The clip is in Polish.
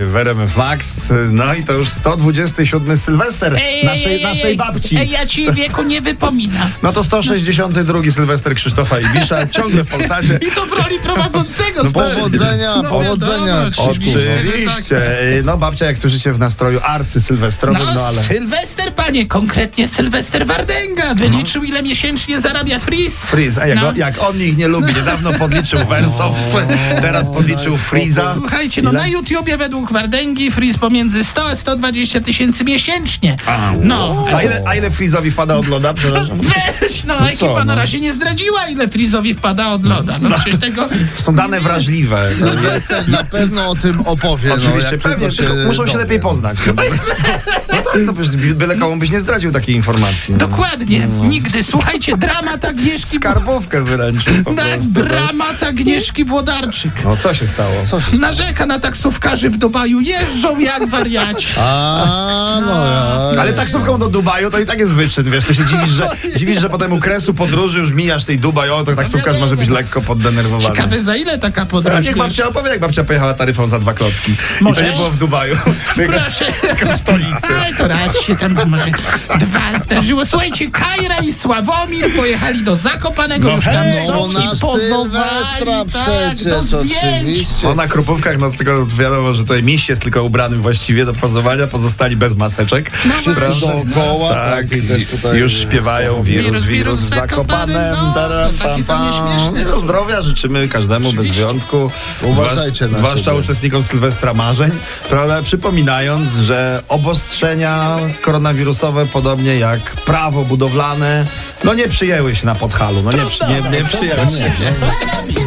W RMF Max, no i to już 127 Sylwester naszej, naszej babci. Ej, ja ci wieku nie wypominam. No to 162 Sylwester Krzysztofa Ibisza, ciągle w Polsacie. I to w roli prowadzącego. No stary. powodzenia, No powodzenia. wiadomo, Krzyśku. Oczywiście. No babcia, jak słyszycie, w nastroju arcy-sylwestrowym, No, no ale... Sylwester, panie, konkretnie Sylwester Wardęga wyliczył, ile miesięcznie zarabia Fris. Freeze, a jak, No. on- jak on ich nie lubi, niedawno podliczył Wersow, teraz No podliczył Freeza. Słuchajcie, no Ile? na YouTubie według Wardęgi Fris pomiędzy 100 a 120 tysięcy miesięcznie. No. A ile, a ile Freezowi wpada od loda? Przepraszam. Weź, no, ekipa co, no? na razie nie zdradziła, ile Frizowi wpada od loda. No przecież tego... To są dane wrażliwe. no Sylwester na pewno o tym opowie. no, Oczywiście, jak pewnie, tylko tylko muszą się dowie. lepiej poznać. No, po prostu. no tak, no przecież byle komu byś nie zdradził takiej informacji. No. Dokładnie, nigdy. Słuchajcie, dramat Agnieszki... Skarbówkę wyręczył po Na, prostu. tak. dramat Agnieszki Włodarczyk. No co się stało? Narzeka na taksówkarzy w Dubaju. Jeżdżą jak wariaci. A, no ja. Ale taksówką do Dubaju to i tak jest wyczyn, wiesz, ty się dziwisz, że, dziwisz, że potem u kresu podróży już mijasz tej Dubaj, o, to taksówkarz może być lekko poddenerwowany. Ciekawe za ile taka A podróż. niech jest. babcia opowie, jak babcia pojechała taryfą za dwa klocki. I Możesz? to nie było w Dubaju. tylko- Proszę. tylko w stolicy. Aj, to raz się tam może dwa zdarzyło. Słuchajcie, Kajra i Sławomir pojechali do Zakopanego. No już tam hej, są ona i pozowali. Sylwestra Tak, do przecież, zdjęć. No oczywiście. na krupówkach, no tylko wiadomo, że tutaj miś jest tylko ubranym właściwie do pozowania, pozostali bez maseczek. Wszyscy Prawda? dookoła, tak, tak, i też tutaj już są. śpiewają wirus, wirus, Wirus, wirus w w Zakopanem. Zakopanem, no, tara, to pam, takie to pam. nieśmieszne. No, zdrowia życzymy każdemu bez Oczywiście. wyjątku. Uważajcie na Zwłaszcza siebie. uczestnikom Sylwestra Marzeń, prawda? Przypominając, że obostrzenia koronawirusowe, podobnie jak prawo budowlane, no nie przyjęły się na Podhalu. No nie, przy- nie, nie przyjęły się. Nie? What's up?